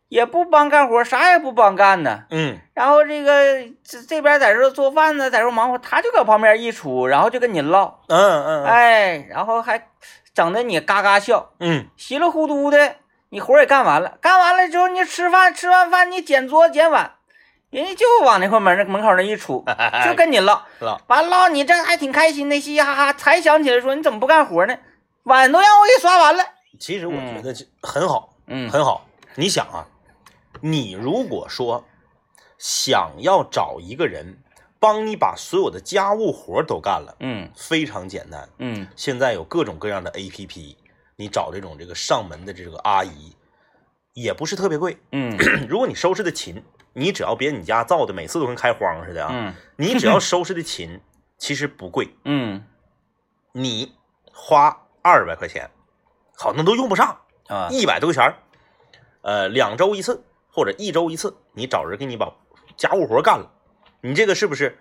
Speaker 1: 也不帮干活，啥也不帮干呢。
Speaker 2: 嗯
Speaker 1: 然后这个这这边在这做饭呢，在这忙活，他就搁旁边一杵，然后就跟你唠，
Speaker 2: 嗯嗯，嗯
Speaker 1: 哎，然后还整的你嘎嘎笑，
Speaker 2: 嗯
Speaker 1: 稀里糊涂的，你活儿也干完了，干完了之后你吃饭，吃完饭你捡桌捡碗，人家就往那块门门口那一杵，就跟你唠。
Speaker 2: 老
Speaker 1: 完了，你这还挺开心的，嘻嘻哈哈，才想起来说你怎么不干活呢？碗都让我给刷完了。
Speaker 2: 其实我
Speaker 1: 嗯
Speaker 2: 觉得这很好，
Speaker 1: 嗯
Speaker 2: 很好。你想啊，你如果说想要找一个人帮你把所有的家务活儿都干了，
Speaker 1: 嗯
Speaker 2: 非常简单。
Speaker 1: 嗯
Speaker 2: 现在有各种各样的 APP，你找这种这个上门的这个阿姨，也不是特别贵。
Speaker 1: 嗯
Speaker 2: 如果你收拾的勤，你只要别你家造的每次都跟开荒似的啊，
Speaker 1: 嗯
Speaker 2: 你只要收拾的勤，其实不贵。
Speaker 1: 嗯
Speaker 2: 你花二百块钱，好像都用不上，
Speaker 1: 啊
Speaker 2: 一百多块钱儿，呃，两周一次或者一周一次，你找人给你把家务活干了，你这个是不是，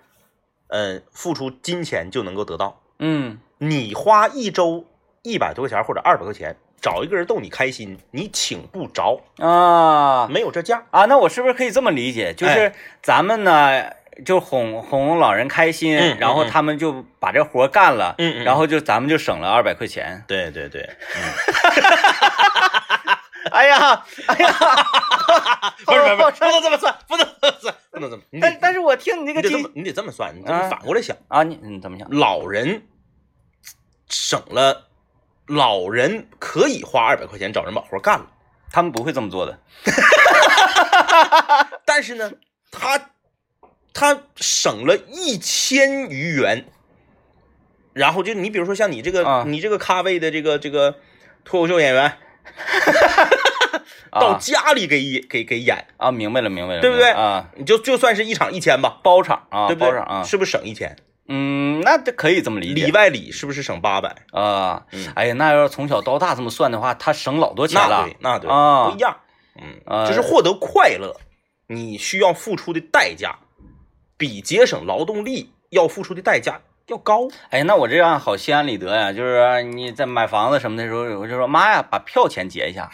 Speaker 2: 嗯、付出金钱就能够得到？
Speaker 1: 嗯
Speaker 2: 你花一周一百多块钱或者二百块钱找一个人逗你开心，你请不着，
Speaker 1: 啊
Speaker 2: 没有这价。
Speaker 1: 啊，那我是不是可以这么理解？就是咱们呢，就哄哄老人开心，
Speaker 2: 嗯嗯
Speaker 1: 然后他们就把这活干了，
Speaker 2: 嗯
Speaker 1: 然后就咱们就省了二百块钱。
Speaker 2: 对对对，
Speaker 1: 哎呀，哎 呀，
Speaker 2: 不是不是不
Speaker 1: 好
Speaker 2: 是，不能这么算，哦不能这么算，不能这么，你
Speaker 1: 但
Speaker 2: 得
Speaker 1: 但是我听你这
Speaker 2: 你
Speaker 1: 个
Speaker 2: 得这
Speaker 1: 金
Speaker 2: 么你得这么算，你这么
Speaker 1: 啊
Speaker 2: 反过来想。
Speaker 1: 啊，你你怎么想？
Speaker 2: 老人省了，老人可以花二百块钱找人把活干了，
Speaker 1: 他们不会这么做的。
Speaker 2: 但是呢，他他省了一千余元，然后就你比如说像你这个、
Speaker 1: 啊
Speaker 2: 你这个咖位的这个这个脱口秀演员，
Speaker 1: 啊
Speaker 2: 到家里给演给给演，
Speaker 1: 啊，明白了，明白了，
Speaker 2: 对不对
Speaker 1: 明白了啊，
Speaker 2: 你就就算是一场一千吧，
Speaker 1: 包场啊，
Speaker 2: 对不对？
Speaker 1: 包场啊，
Speaker 2: 是不是省一千？
Speaker 1: 嗯，那这可以这么理
Speaker 2: 里
Speaker 1: 解
Speaker 2: 外里是不是省八百？
Speaker 1: 啊。哎呀，那要是从小到大这么算的话，他省老多钱
Speaker 2: 嗯那
Speaker 1: 了
Speaker 2: 对，那对，
Speaker 1: 啊
Speaker 2: 不一样。嗯，
Speaker 1: 呃
Speaker 2: 就是获得快乐，你需要付出的代价，比节省劳动力要付出的代价 要高。
Speaker 1: 哎，那我这样好心安理得呀，就是你在买房子什么的时候，我就说妈呀，把票钱结一 下，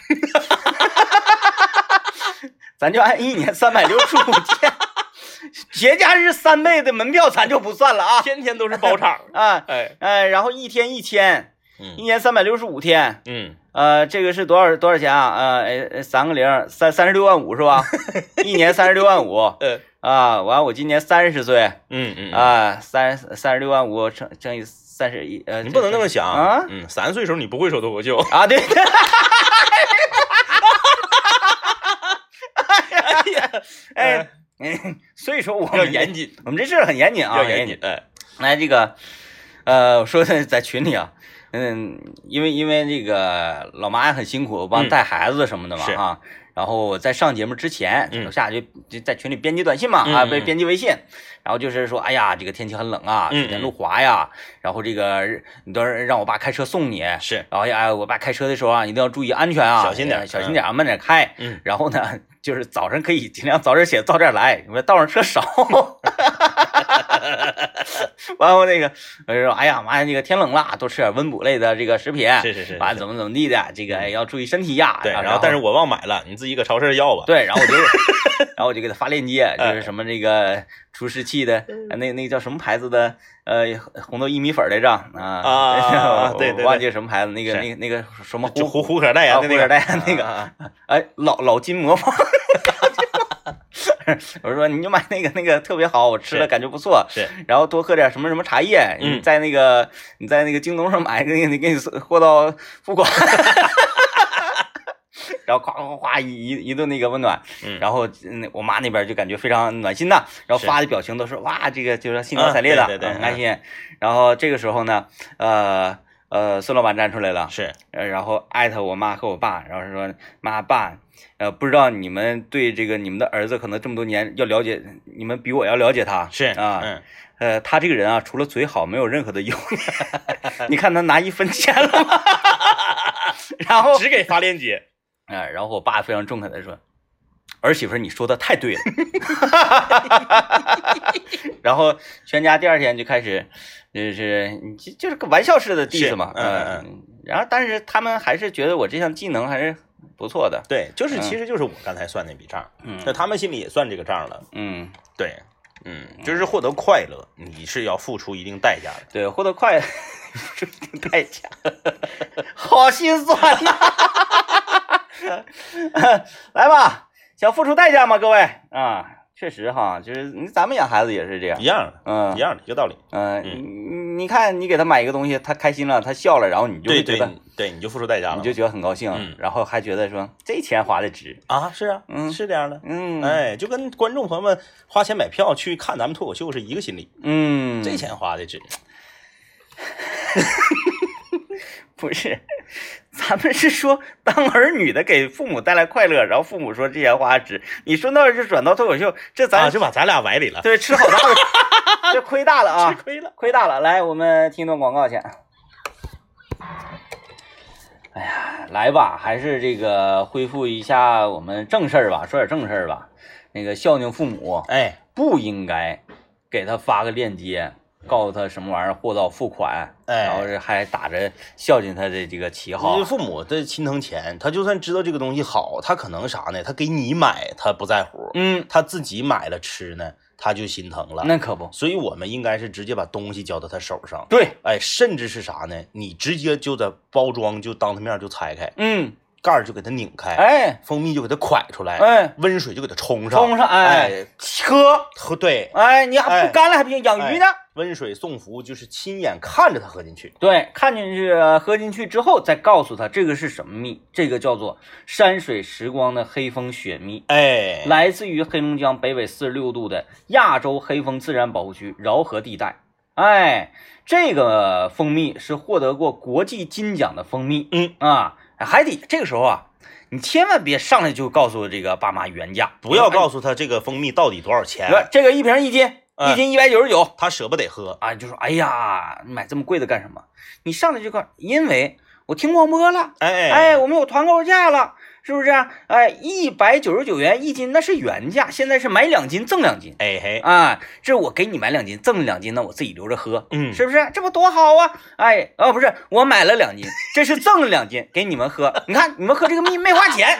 Speaker 1: 咱就按一年三百六十五天， 节假日三倍的门票咱就不算了啊，
Speaker 2: 天天都是包场
Speaker 1: 啊
Speaker 2: 哎，
Speaker 1: 哎，然后一天一千，一
Speaker 2: 嗯
Speaker 1: 年三百六十五天，
Speaker 2: 嗯，
Speaker 1: 呃，这个是多少多少钱啊？呃，哎哎，三个零，三三十六万五是 吧？一年三十六万五
Speaker 2: 呃，
Speaker 1: 啊！完，我今年三十岁
Speaker 2: 嗯嗯啊，
Speaker 1: 啊，三三十六万五乘乘以三十一，呃，
Speaker 2: 你不能
Speaker 1: 这
Speaker 2: 这么想
Speaker 1: 啊
Speaker 2: 嗯，三岁时候你不会说脱口 秀，
Speaker 1: 啊， 对， 哎哎，所以说我们
Speaker 2: 嗯要严谨，
Speaker 1: 我们这事儿很严谨啊，
Speaker 2: 要严谨。。哎，
Speaker 1: 来，这个，呃，我说在在群里啊，嗯，因为因为这个老妈也很辛苦，帮
Speaker 2: 嗯
Speaker 1: 带孩子什么的嘛
Speaker 2: 是
Speaker 1: 啊。然后我在上节目之前，
Speaker 2: 嗯
Speaker 1: 楼下就就在群里编辑短信嘛
Speaker 2: 嗯
Speaker 1: 啊，
Speaker 2: 嗯
Speaker 1: 被
Speaker 2: 嗯
Speaker 1: 编辑微信，然后就是说，哎呀，这个天气很冷啊，
Speaker 2: 嗯
Speaker 1: 水天路滑呀，然后这个你到时候让我爸开车送你，然
Speaker 2: 是，
Speaker 1: 后哎，我爸开车的时候啊，一定要注意安全啊，
Speaker 2: 小心点儿
Speaker 1: 小心点儿，慢点开。
Speaker 2: 嗯，
Speaker 1: 然后呢，就是早上可以尽量早点起，早点来，你们道上车少。 完后那个我就说，哎呀妈呀，这个天冷了，多吃点温补类的这个食品。
Speaker 2: 是是是，
Speaker 1: 啊
Speaker 2: 嗯
Speaker 1: 完了怎么怎么地的，这个哎要注意身体呀。
Speaker 2: 对，
Speaker 1: 然
Speaker 2: 然后但是我忘买了，你自己搁超市要吧。
Speaker 1: 对，然后 我就然后我就给他发链接，
Speaker 2: 嗯
Speaker 1: 就是什么这个除湿器的，呃那那个叫什么牌子的，呃，红豆薏米粉来着啊
Speaker 2: 啊
Speaker 1: 我
Speaker 2: 对对对
Speaker 1: 忘记什么牌子，那个
Speaker 2: 是
Speaker 1: 那个那个什么
Speaker 2: 就胡胡可代言
Speaker 1: 啊
Speaker 2: 的
Speaker 1: 胡
Speaker 2: 那
Speaker 1: 可
Speaker 2: 个，
Speaker 1: 代言那个
Speaker 2: 啊，啊啊
Speaker 1: 哎，老老金魔方。 我说你就买那个那个特别好，我吃了
Speaker 2: 是
Speaker 1: 感觉不错，
Speaker 2: 是
Speaker 1: 然后多喝点什么什么茶叶，
Speaker 2: 嗯
Speaker 1: 你在那个你在那个京东上买，给你给你货到付款， 然后夸夸夸一一一顿那个温暖，
Speaker 2: 嗯
Speaker 1: 然后嗯我妈那边就感觉非常暖心呐，然后
Speaker 2: 是
Speaker 1: 发的表情都是哇这个就是兴高采烈的，嗯
Speaker 2: 啊对对对
Speaker 1: 很开心。然后这个时候呢，呃呃孙老板站出来了，
Speaker 2: 是，
Speaker 1: 呃，然后艾特我妈和我爸，然后说妈爸，呃，不知道你们对这个你们的儿子可能这么多年要了解，你们比我要了解他，
Speaker 2: 是
Speaker 1: 啊，
Speaker 2: 嗯
Speaker 1: 呃，他这个人啊，除了嘴好，没有任何的优点。 你看他拿一分钱了吗？ 然后，
Speaker 2: 只给发链 接，
Speaker 1: 呃，然后我爸非常中肯的说。儿媳妇儿，你说的太对了。 然后全家第二天就开始，就是你就就是个玩笑式的 diss
Speaker 2: 是
Speaker 1: 嘛，
Speaker 2: 嗯嗯
Speaker 1: 嗯。然后，但是他们还是觉得我这项技能还是不错的，
Speaker 2: 对，就是
Speaker 1: 嗯
Speaker 2: 其实就是我刚才算那笔账，
Speaker 1: 嗯
Speaker 2: 那他们心里也算这个账了。
Speaker 1: 嗯，
Speaker 2: 对，嗯，就是获得快乐，你是要付出一定代价的。
Speaker 1: 对，获得快乐这一定代 价，好心酸呐、 来吧，想付出代价吗？各位啊，确实哈，就是你咱们养孩子也是这样
Speaker 2: 一，样的，
Speaker 1: 嗯
Speaker 2: 一样的，一个道理。
Speaker 1: 嗯、
Speaker 2: 嗯
Speaker 1: 你你看你给他买一个东西，他开心了，他笑了，然后你就
Speaker 2: 对
Speaker 1: 会觉
Speaker 2: 对
Speaker 1: 得，
Speaker 2: 你对，你就付出代价
Speaker 1: 你
Speaker 2: 了
Speaker 1: 就觉得很高兴，
Speaker 2: 嗯
Speaker 1: 然后还觉得说这钱花的值。
Speaker 2: 啊！是啊，
Speaker 1: 嗯
Speaker 2: 是这样的。
Speaker 1: 嗯，
Speaker 2: 哎，就跟观众朋友们花钱买票去看咱们脱口秀是一个心理，
Speaker 1: 嗯，
Speaker 2: 这钱花的值。
Speaker 1: 不是， 咱们是说当儿女的给父母带来快乐，然后父母说这钱花值，你说那就转到脱口秀，这咱、
Speaker 2: 啊，就把咱俩崴里了，
Speaker 1: 对吃好大 的，这亏大了
Speaker 2: 吃
Speaker 1: 啊，
Speaker 2: 亏了。
Speaker 1: 亏大了。来，我们听段广告去。哎呀，来吧，还是这个恢复一下我们正事儿吧，说点正事儿吧。那个孝敬父母，
Speaker 2: 哎，
Speaker 1: 不应该给他发个链接，告诉他什么玩意儿货到付款，
Speaker 2: 哎
Speaker 1: 然后是还打着孝敬他的这个旗号
Speaker 2: 因为，父母的心疼钱，他就算知道这个东西好，他可能啥呢？他给你买，他不在乎；
Speaker 1: 嗯，
Speaker 2: 他自己买了吃呢，他就心疼了。
Speaker 1: 那可不
Speaker 2: 所以我们应该是直接把东西交到他手上，
Speaker 1: 对，
Speaker 2: 哎，甚至是啥呢？你直接就在包装就当他面就拆开，
Speaker 1: 嗯，
Speaker 2: 盖儿就给它拧开，
Speaker 1: 哎
Speaker 2: 蜂蜜就给它蒯出来，
Speaker 1: 哎，
Speaker 2: 温水就给它冲上，
Speaker 1: 冲上哎
Speaker 2: 哎，
Speaker 1: 喝，
Speaker 2: 喝对，
Speaker 1: 哎，你还
Speaker 2: 哎
Speaker 1: 不干了还不行，养鱼呢，
Speaker 2: 温水送服就是亲眼看着它喝进去，
Speaker 1: 对，看进去呃喝进去之后再告诉他这个是什么蜜，这个叫做山水时光的黑蜂雪蜜。
Speaker 2: 哎，
Speaker 1: 来自于黑龙江北纬四十六度的亚洲黑蜂自然保护区饶河地带。哎，这个蜂蜜是获得过国际金奖的蜂蜜。
Speaker 2: 嗯
Speaker 1: 啊，还得这个时候啊，你千万别上来就告诉这个爸妈原价，
Speaker 2: 不要告
Speaker 1: 诉、
Speaker 2: 诉他这个蜂蜜到底多少钱，
Speaker 1: 这个一瓶一斤，
Speaker 2: 哎
Speaker 1: 一斤一百九十九
Speaker 2: 他舍不得喝，
Speaker 1: 啊，就说哎呀，你买这么贵的干什么？你上来就告，因为我听广播了，
Speaker 2: 哎
Speaker 1: 哎，我们有团购价了，是不是、啊？哎，一百九十九元一斤，那是原价，现在是买两斤赠两斤
Speaker 2: 哎嘿，
Speaker 1: 啊！这我给你买两斤，赠两斤呢，我自己留着喝，
Speaker 2: 嗯，
Speaker 1: 是不是？这不多好啊！哎，哦，不是，我买了两斤，这是赠了两斤给你们喝，你看你们喝这个蜜没花 钱，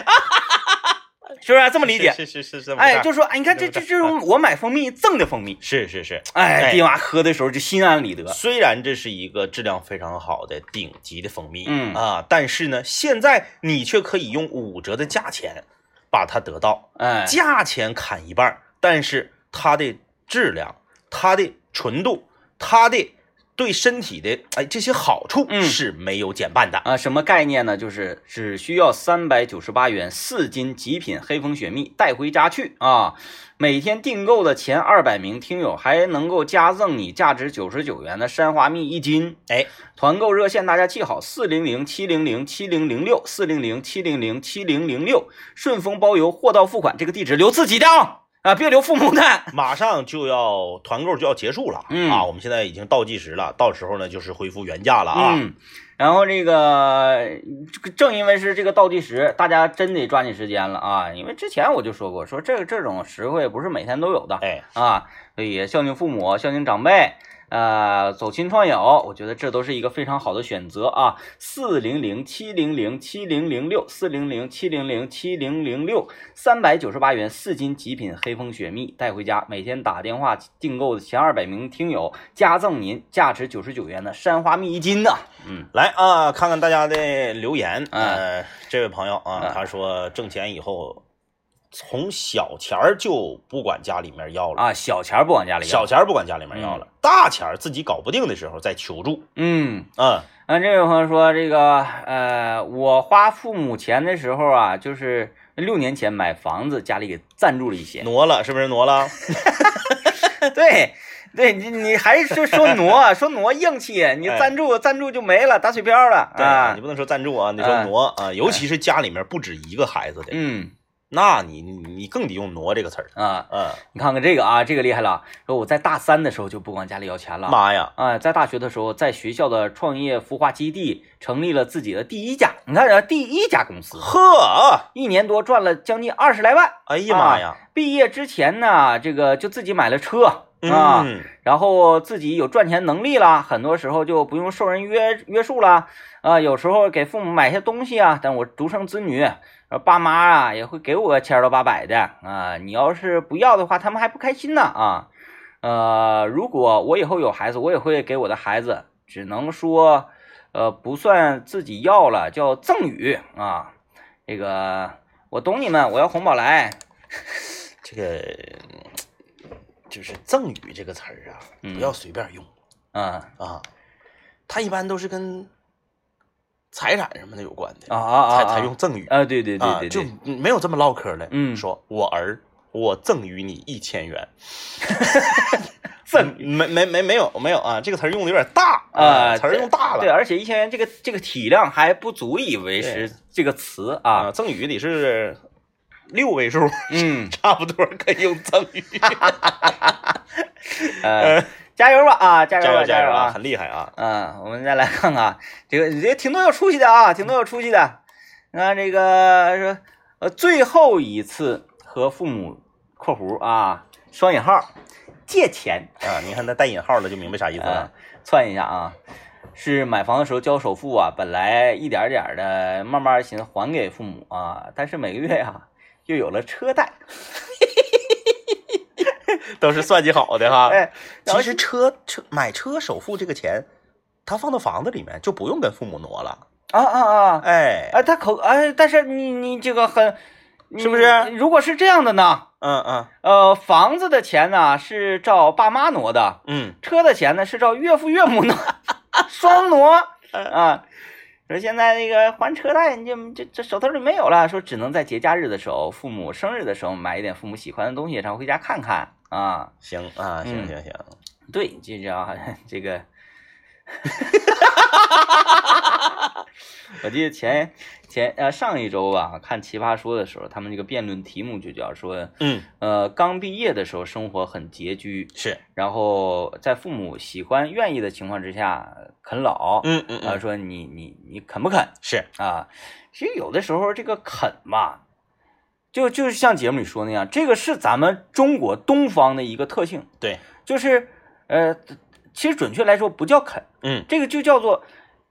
Speaker 1: 是不是、这么理解？
Speaker 2: 是是是是这么
Speaker 1: 哎，
Speaker 2: 干
Speaker 1: 就说哎，你看这这这是我买蜂蜜赠的蜂蜜，
Speaker 2: 是是是，
Speaker 1: 哎，
Speaker 2: 哎
Speaker 1: 爹妈喝的时候就心安理得，
Speaker 2: 虽然这是一个质量非常好的顶级的蜂蜜，
Speaker 1: 嗯
Speaker 2: 啊，但是呢，现在你却可以用五折的价钱把它得到，
Speaker 1: 哎，
Speaker 2: 价钱砍一半儿，但是它的质量、它的纯度、它的对身体的哎这些好处
Speaker 1: 嗯
Speaker 2: 是没有减半的。
Speaker 1: 啊，什么概念呢？就是只需要三百九十八元四斤极品黑蜂雪蜜带回家去啊！每天订购的前二百名听友还能够加赠你价值九十九元的山花蜜一斤。
Speaker 2: 哎，
Speaker 1: 团购热线大家记好：四零零七零零七零零六四零零七零零七零零六。顺丰包邮，货到付款，这个地址留自己的啊啊，别留父母的。
Speaker 2: 马上就要团购就要结束了、
Speaker 1: 嗯
Speaker 2: 啊！我们现在已经倒计时了，到时候呢就是恢复原价了啊！
Speaker 1: 嗯，然后这个这个正因为是这个倒计时，大家真得抓紧时间了啊！因为之前我就说过，说这这种实惠不是每天都有的
Speaker 2: 哎，
Speaker 1: 啊，所以孝敬父母、孝敬长辈。呃，走亲访友，我觉得这都是一个非常好的选择啊！四零零七零零七零零六，四零零七零零七零零六，三百九十八元四斤极品黑蜂雪蜜带回家，每天打电话订购的前二百名听友加赠您价值九十九元的山花蜜一斤呢。嗯，
Speaker 2: 来啊，看看大家的留言。
Speaker 1: 嗯
Speaker 2: 呃，这位朋友
Speaker 1: 嗯
Speaker 2: 啊，他说挣钱以后，从小钱儿就不管家里面要了，
Speaker 1: 啊，小钱儿不往家里要。
Speaker 2: 小钱儿不管家里面要了，大钱儿自己搞不定的时候再求助。
Speaker 1: 嗯，
Speaker 2: 嗯，
Speaker 1: 啊，这位朋友说这个，呃，我花父母钱的时候啊，就是六年前买房子，家里给赞助了一些。
Speaker 2: 挪了是不是挪了？
Speaker 1: 对，对你你还是说挪啊说挪硬气，你
Speaker 2: 哎
Speaker 1: 赞助赞助就没了，打水漂了
Speaker 2: 对啊
Speaker 1: 啊
Speaker 2: 你。不能说赞助啊，你说挪啊，尤其是家里面不止一个孩子的，
Speaker 1: 嗯
Speaker 2: 那你你你更得用“挪”这个词儿。
Speaker 1: 啊，
Speaker 2: 嗯，
Speaker 1: 你看看这个啊，这个厉害了。说我在大三的时候就不管家里要钱了。
Speaker 2: 妈呀，
Speaker 1: 啊、在大学的时候，在学校的创业孵化基地成立了自己的第一家，你看人呃家第一家公司，
Speaker 2: 呵，
Speaker 1: 一年多赚了将近二十来万。
Speaker 2: 哎呀妈呀，
Speaker 1: 毕业之前呢，这个就自己买了车啊，
Speaker 2: 嗯，
Speaker 1: 然后自己有赚钱能力啦，很多时候就不用受人约约束啦，啊，有时候给父母买些东西啊，但我独生子女，呃爸妈啊也会给我个千儿到八百的啊，你要是不要的话，他们还不开心呢啊，呃，如果我以后有孩子，我也会给我的孩子，只能说，呃，不算自己要了，叫赠与啊，这个我懂你们，我要红宝来，
Speaker 2: 这个嗯就是“赠与”这个词儿啊，
Speaker 1: 嗯
Speaker 2: 不要随便用。
Speaker 1: 嗯啊
Speaker 2: 啊，它一般都是跟财产什么的有关
Speaker 1: 啊
Speaker 2: 的，
Speaker 1: 啊，
Speaker 2: 才才用赠与。
Speaker 1: 啊，对对对对
Speaker 2: 啊，就
Speaker 1: 对，
Speaker 2: 没有这么唠嗑的。
Speaker 1: 嗯
Speaker 2: 说我儿，我赠与你一千 元。嗯
Speaker 1: 赠
Speaker 2: 没没没没有没有啊，这个词儿用的有点大
Speaker 1: 啊
Speaker 2: 哎词儿用大
Speaker 1: 对，
Speaker 2: 了。
Speaker 1: 而且一千元这个这个体量还不足以维持这个词啊，
Speaker 2: 啊，赠与得是六位数，
Speaker 1: 嗯，
Speaker 2: 差不多可以用赠与。
Speaker 1: 呃，加油吧啊，加油
Speaker 2: 哎
Speaker 1: 吧，
Speaker 2: 加油加油
Speaker 1: 啊！
Speaker 2: 很厉害啊！
Speaker 1: 嗯，我们再来看看这个，这挺多有出息的啊，挺多有出息的。你看这个说，呃，最后一次和父母（括弧啊，双引号）借钱
Speaker 2: 啊，你看他带引号了，就明白啥意思
Speaker 1: 啊
Speaker 2: 了。，
Speaker 1: 窜一下啊，是买房的时候交首付啊，本来一点点的，慢慢寻思还给父母啊，但是每个月啊，又有了车贷，
Speaker 2: 都是算计好的哈。
Speaker 1: 哎，然后
Speaker 2: 其实车车买车首付这个钱，他放到房子里面就不用跟父母挪了。
Speaker 1: 啊啊啊，
Speaker 2: 哎，
Speaker 1: 哎，他口哎，但是你你这个很，你
Speaker 2: 是不是
Speaker 1: 如果是这样的呢？
Speaker 2: 嗯嗯
Speaker 1: 呃，房子的钱呢是照爸妈挪的，
Speaker 2: 嗯，
Speaker 1: 车的钱呢是照岳父岳母挪，双挪啊。说现在那个还车贷，你这这这手头里没有了，说只能在节假日的时候、父母生日的时候买一点父母喜欢的东西，然后回家看看啊。
Speaker 2: 行啊，行
Speaker 1: 嗯
Speaker 2: 行行，
Speaker 1: 对，这叫这个。 我记得前前呃上一周吧，看《奇葩说》的时候，他们这个辩论题目就叫说，
Speaker 2: 嗯
Speaker 1: 呃，刚毕业的时候生活很拮据，
Speaker 2: 是，
Speaker 1: 然后在父母喜欢愿意的情况之下啃老，
Speaker 2: 嗯嗯
Speaker 1: 啊，
Speaker 2: 嗯
Speaker 1: 说你你你啃不啃
Speaker 2: 是，
Speaker 1: 啊？其实有的时候这个啃吧，就就是像节目里说那样，这个是咱们中国东方的一个特性，
Speaker 2: 对，
Speaker 1: 就是呃，其实准确来说不叫啃，
Speaker 2: 嗯
Speaker 1: 这个就叫做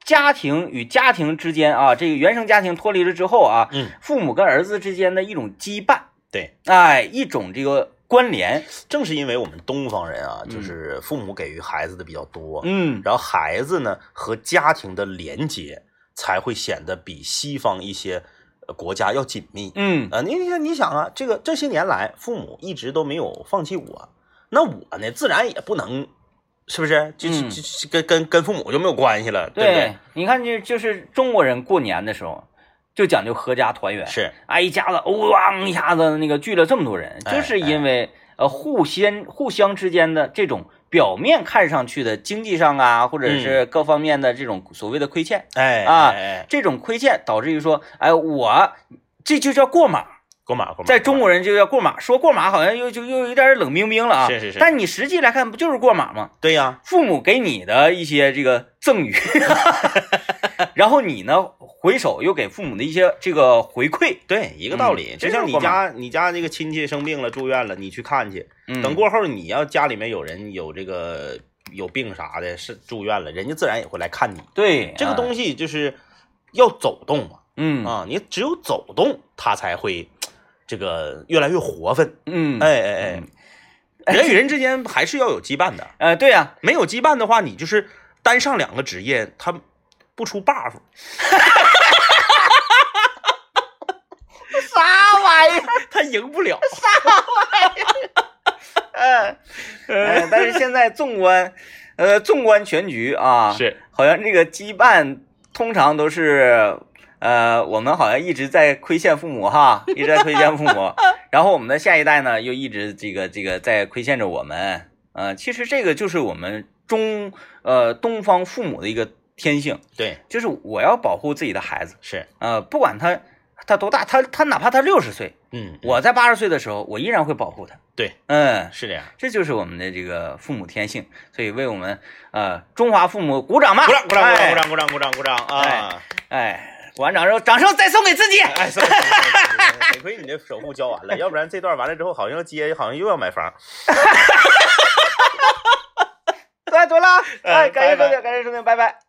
Speaker 1: 家庭与家庭之间啊，这个原生家庭脱离了之后啊，
Speaker 2: 嗯
Speaker 1: 父母跟儿子之间的一种羁绊，
Speaker 2: 对，
Speaker 1: 哎，一种这个关联，
Speaker 2: 正是因为我们东方人啊，就
Speaker 1: 嗯
Speaker 2: 是父母给予孩子的比较多，
Speaker 1: 嗯，
Speaker 2: 然后孩子呢和家庭的连接才会显得比西方一些呃国家要紧密。
Speaker 1: 嗯
Speaker 2: 啊，你你你想啊，这个这些年来，父母一直都没有放弃我，那我呢，自然也不能，是不是？就就
Speaker 1: 嗯
Speaker 2: 就就跟跟跟父母就没有关系了，对不对？
Speaker 1: 你看这就是中国人过年的时候就讲究合家团圆，
Speaker 2: 是，
Speaker 1: 啊，一家子哦汪一下子那个聚了这么多人，
Speaker 2: 哎
Speaker 1: 就是因为、呃互相互相之间的这种表面看上去的经济上啊，或者是各方面的这种所谓的亏欠，
Speaker 2: 哎
Speaker 1: 啊
Speaker 2: 哎哎
Speaker 1: 这种亏欠导致于说，哎，我这就叫过马，
Speaker 2: 过马过马，
Speaker 1: 在中国人就叫过马，说过马好像又就又有点冷冰冰了啊，
Speaker 2: 是是是
Speaker 1: 但你实际来看不就是过马吗？
Speaker 2: 对呀、
Speaker 1: 父母给你的一些这个赠 与，然后你呢回首又给父母的一些这个回馈，
Speaker 2: 对，一个道理。
Speaker 1: 嗯
Speaker 2: 就
Speaker 1: 这
Speaker 2: 像
Speaker 1: 就是
Speaker 2: 你
Speaker 1: 过马
Speaker 2: 家你家这个亲戚生病了住院了，你去看去，
Speaker 1: 嗯，
Speaker 2: 等过后你要家里面有人有这个有病啥的，是住院了，人家自然也会来看你。
Speaker 1: 对
Speaker 2: 这个
Speaker 1: 西，
Speaker 2: 东西就是要走动嘛，
Speaker 1: 嗯
Speaker 2: 啊，你只有走动，它才会这个越来越活泛。
Speaker 1: 嗯，
Speaker 2: 哎哎哎，人与人之间还是要有羁绊的，
Speaker 1: 呃，对 呀、
Speaker 2: 没有羁绊的话，你就是单上两个职业，它不出 buff。
Speaker 1: 啥玩意儿？
Speaker 2: 他赢不了，
Speaker 1: 呃呃，但是现在纵观，呃，纵观全局啊，
Speaker 2: 是
Speaker 1: 好像这个羁绊通常都是。呃，我们好像一直在亏欠父母 哈，一直在亏欠父母，然后我们的下一代呢，又一直这个这个在亏欠着我们。呃，其实这个就是我们中呃东方父母的一个天性，
Speaker 2: 对，
Speaker 1: 就是我要保护自己的孩子，
Speaker 2: 是，
Speaker 1: 呃，不管他他多大，他他哪怕他六十岁，
Speaker 2: 嗯，
Speaker 1: 我在八十岁的时候，我依然会保护他。
Speaker 2: 对，
Speaker 1: 嗯，
Speaker 2: 是这样。
Speaker 1: 这就是我们的这个父母天性，所以为我们呃中华父母鼓掌吧！
Speaker 2: 鼓掌，鼓掌，
Speaker 1: 哎
Speaker 2: 鼓！掌，鼓掌，鼓掌，鼓掌啊！
Speaker 1: 哎，鼓完掌之后，掌声再送给自 己。
Speaker 2: 哎，算了算了算了算了得亏你这首付交完了，要不然这段完了之后，好像要接，好像又要买房。
Speaker 1: 对，多了，哎，
Speaker 2: 哎
Speaker 1: 感谢收
Speaker 2: 拜
Speaker 1: 嗯哎听，感谢收听，拜拜。